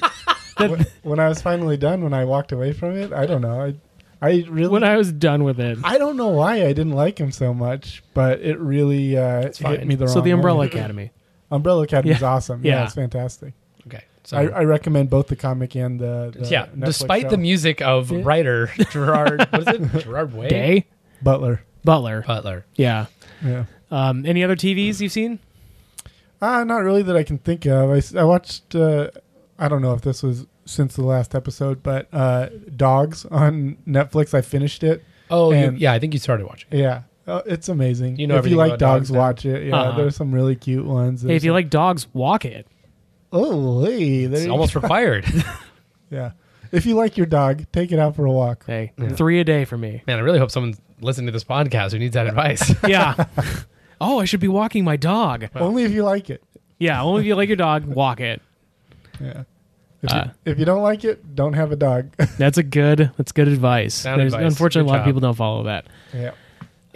when, when I was finally done, when I walked away from it, I don't know. I, I really,
when I was done with it?
I don't know why I didn't like him so much, but it really uh, hit
fine.
me the wrong.
So the Umbrella
way.
Academy.
Umbrella Academy is
Yeah.
awesome. Yeah,
Yeah.
it's fantastic.
okay, so.
I, I recommend both the comic and the, the
yeah,
Netflix
despite
show.
the music of writer Gerard, what is it? Gerard Way?
Day
Butler.
Butler.
Butler.
yeah.
Yeah.
Um, any other TVs you've seen?
Uh, not really that I can think of. I, s- I watched. Uh, I don't know if this was since the last episode, but uh, Dogs on Netflix. I finished it.
Oh, you,
And-
yeah, I think you started watching.
Yeah, oh, it's amazing.
You know
if you
everything
like
about
dogs,
dogs now.
watch it. Yeah,
Uh-huh.
there's some really cute ones.
Hey, if
There's-
you like dogs, walk it.
oh, hey, there
It's
you-
almost required.
yeah. If you like your dog, take it out for a walk.
Hey, three a day for me.
Man, I really hope someone's listening to this podcast who needs that advice.
Yeah. oh, I should be walking my dog.
Only if you like it.
Yeah, only if you like your dog, walk it.
Yeah. If,
Uh.
you, if you don't like it, don't have a dog.
That's a good. That's good advice.
Sound
There's-
advice.
Unfortunately, a
Good
lot of
job.
people don't follow that.
yeah.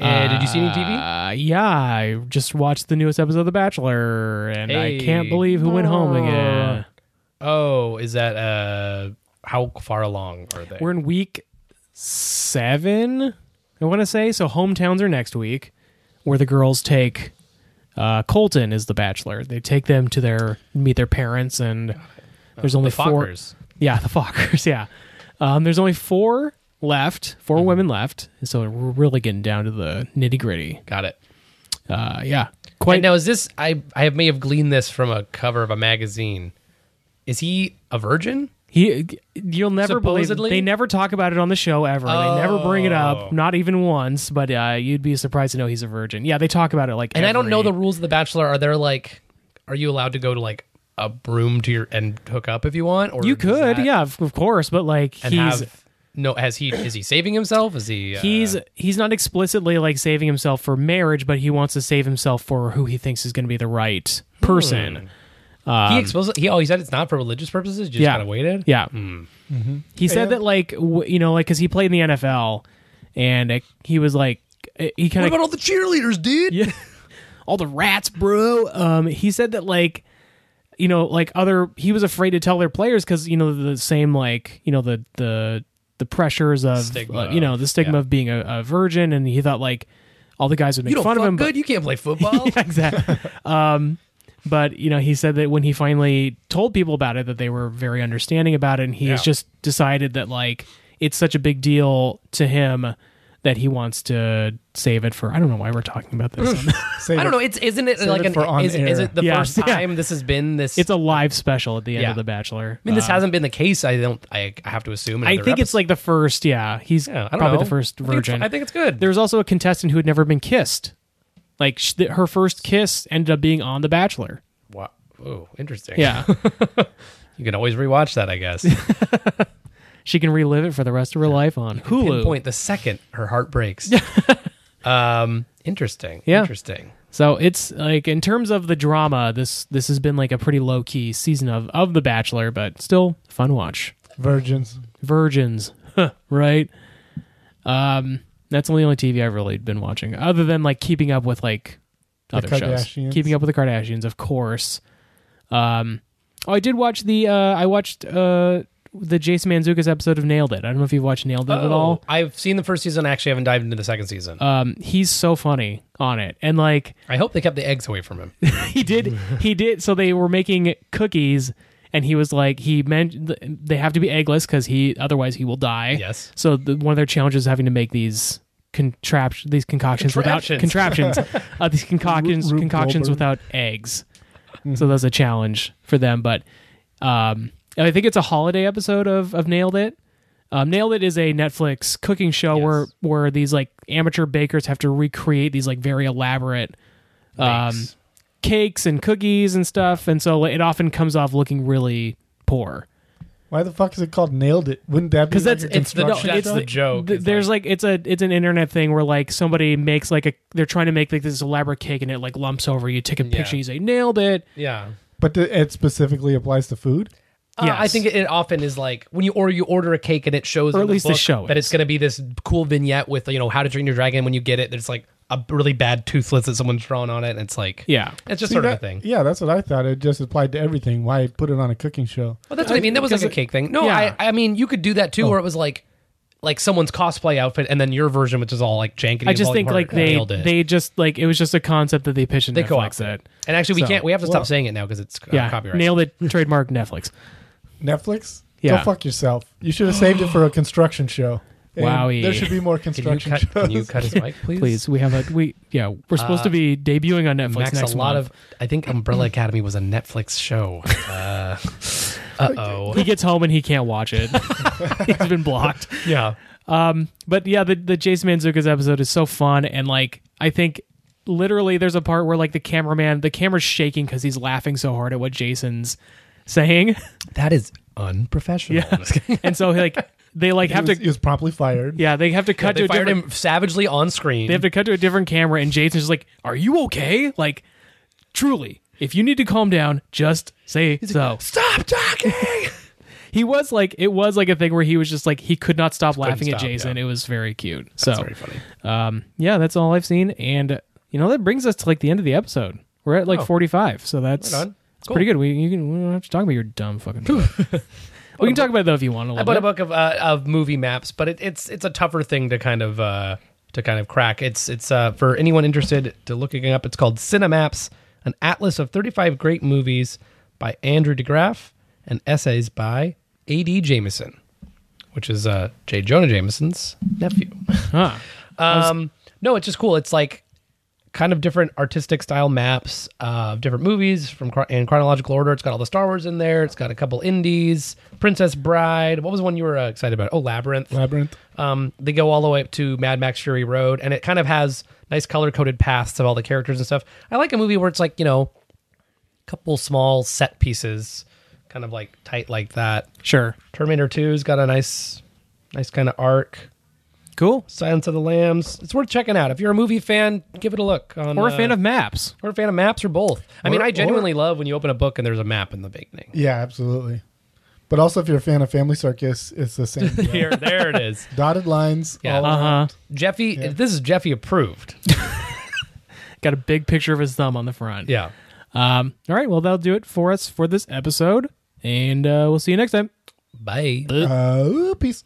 Eh, did you see any TV?
Uh, yeah, I just watched the newest episode of The Bachelor, and I
Hey.
can't believe who went home again.
Oh, is that uh how far along are they?
We're in week seven, I want to say. So hometowns are next week, where the girls take uh, Colton is the Bachelor. They take them to their meet their parents, and there's only
the
four.
Fockers.
Yeah, the Fockers. Yeah. Um, there's only four left, 4 women left. So we're really getting down to the nitty gritty.
Got it.
Uh, yeah.
Wait,
Quite.
now is this? I I may have gleaned this from a cover of a magazine. Is he a virgin?
He, you'll never
Supposedly?
believe they never talk about it on the show ever. They never bring it up,
Oh.
not even once. But uh, you'd be surprised to know he's a virgin. Yeah, they talk about it like.
And I don't
every-
know the rules of The Bachelor. Are there like, are you allowed to go to like a room to your and hook up if you want? Or
You
does
could,
that-
yeah, of, of course, but like
And
he's
have no? Has he? Is he saving himself? Is he? Uh,
he's he's not explicitly like saving himself for marriage, but he wants to save himself for who he thinks is going to be the right person.
Hmm.
Um,
he exposed. He oh, he said it's not for religious purposes. You just
Yeah.
kind of waited.
Yeah.
Mm-hmm.
Mm-hmm. He said
um,
that like w- you know like because he played in the NFL and uh, he was like uh, he kind of
all the cheerleaders, dude?
yeah all the rats bro um he said that like you know like other he was afraid to tell their players because you know the same like you know the the the pressures of
Stigma
uh, you know
of-
the stigma
yeah.
of being a, a virgin and he thought like all the guys would make
You don't
fun
fuck
of him but-
good. You can't play football.
exactly. um, but you know, he said that when he finally told people about it, that they were very understanding about it, and he has
Yeah.
just decided that like it's such a big deal to him that he wants to save it for. I don't know why we're talking about this.
Save
I don't
it.
know. It's isn't it like
it
an
for on
is, is
air.
it the
Yeah.
first
Yeah.
time this has been this?
it's a live special at the end
Yeah.
of The Bachelor.
I mean, this
Uh,
hasn't been the case. I don't. I, I have to assume. in
I
other
think it's
episodes.
like the first. Yeah, he's
Yeah, I don't
probably
know.
the first
I think it's-
virgin.
I think it's good.
There was also a contestant who had never been kissed. Like sh- her first kiss ended up being on The Bachelor.
Wow. Oh, interesting.
Yeah,
you can always rewatch that. I guess.
she can relive it for the rest of her life on Hulu.
Pinpoint the second her heart breaks. um. Interesting.
Yeah.
Interesting.
So it's like in terms of the drama, this this has been like a pretty low key season of of The Bachelor, but still fun watch.
Virgins.
Virgins, Huh, right? Um, that's the only TV I've really been watching, other than like keeping up with like other shows.
Kardashians.
Keeping up with the Kardashians, of course. Um, oh, I did watch the uh, I watched uh the Jason Manzukas episode of Nailed It. I don't know if you've watched Nailed It at all.
Oh, I've seen the first season. I actually haven't dived into the second season.
Um, he's so funny on it, and like
I hope they kept the eggs away from him.
he did he did so they were making cookies and he was like he meant they have to be eggless because he otherwise he will die
Yes.
so the, one of their challenges is having to make these contraption these concoctions without contraptions uh, these concoctions
Ru- Rube
concoctions without
Goldberg.
eggs so that's a challenge for them but um and I think it's a holiday episode of of Nailed It. Um, Nailed It is a Netflix cooking show where where these like amateur bakers have to recreate these like very elaborate um,
Bakes.
cakes and cookies and stuff, and so it often comes off looking really poor.
Why the fuck is it called Nailed It? Wouldn't that be
because
like
that's
a
it's the, no,
construction
That's
it's
the
job?
joke,
th-
is
there's like, it's a it's an internet thing where like somebody makes like a they're trying to make like this elaborate cake and it like lumps over. You take a picture, you say nailed it.
Yeah.
But th- it specifically applies to food.
Yeah, I
Yes.
think it, it often is like when you or you order a cake and it shows,
Or
in
at least the
book
show
that
is.
it's going to be this cool vignette with you know how to train your dragon. When you get it, there's like a really bad toothless that someone's drawn on it, and it's like
Yeah,
it's just
See,
sort of a
that-
thing.
Yeah, that's what I thought. It just applied to everything. Why put it on a cooking show?
Well, that's what I mean. That was like a cake thing. Oh. No,
yeah.
I I mean you could do that too, where it was like like someone's cosplay outfit and then your version, which is all like janky.
I
and
just
falling
think
apart,
like they
nailed it.
they just like it was just a concept that they pitched in
they
Netflix
co-opted
that
it. And actually, we
So,
can't. We have to
well-
stop saying it now because it's uh,
yeah
copyright.
nailed it trademark Netflix.
Netflix?
Yeah.
Go fuck yourself. You should have saved it for a construction show. And
Wowie.
There should be more
Can you,
construction
cut,
shows.
can you cut his mic, please?
Please, we have a we yeah we're supposed to be debuting on Netflix
Uh, Max,
next
a lot
month.
of I think Umbrella Academy was a Netflix show. Uh oh.
he gets home and he can't watch it. He's been blocked.
Yeah.
But yeah, the the Jason Manzuka's episode is so fun, and like I think literally there's a part where like the cameraman, the camera's shaking because he's laughing so hard at what Jason's saying,
That is unprofessional.
Yeah. and so like they like
He
have
was,
to
he was promptly fired.
yeah they have to cut
They
to a
fired
different
him savagely on screen.
they have to cut to a different camera, and Jason's just like, "Are you okay? Like, truly." If you need to calm down, just say so.
Stop talking.
he was like, it was like a thing where he was just like, he could not stop laughing at
stop,
Jason. It was very cute. so
very funny.
um, yeah, that's all I've seen, and you know that brings us to like the end of the episode. We're at like
Oh.
forty-five, so that's
Right on.
it's
Cool.
pretty good. We you can we don't have to talk about your dumb fucking. book. we can talk about it, though if you want a
I
little
bought
bit.
a book of uh, of movie maps, but it, it's it's a tougher thing to kind of uh, to kind of crack. It's it's uh, for anyone interested to looking it up. It's called Cinemaps, an atlas of 35 great movies by Andrew DeGraff and essays by A.D. Jameson, which is uh, J. Jonah Jameson's nephew.
Huh.
Um, no, it's just cool. It's like kind of different artistic style maps of different movies from chro- in chronological order. It's got all the Star Wars in there. It's got a couple indies, Princess Bride. What was the one you were uh, excited about? Oh, Labyrinth.
Labyrinth.
Um, they go all the way up to Mad Max Fury Road, and it kind of has nice color coded paths of all the characters and stuff. I like a movie where it's like you know, a couple small set pieces, kind of like tight like that.
Sure,
Terminator Two's got a nice, nice kind of arc.
cool.
Silence of the Lambs. It's worth checking out. If you're a movie fan, give it a look. On,
Or a
uh,
fan of maps.
or a fan of maps or both. I mean,
Or-
I genuinely love when you open a book and there's a map in the beginning.
Yeah, absolutely. But also, if you're a fan of Family Circus, it's the same. deal.
Here, there it is.
Dotted lines.
Yeah.
all
Uh huh.
around.
Jeffy, this is Jeffy approved.
Got a big picture of his thumb on the front.
Yeah.
Um. All right. Well, that'll do it for us for this episode, and uh, we'll see you next time.
Bye.
Uh, ooh, peace.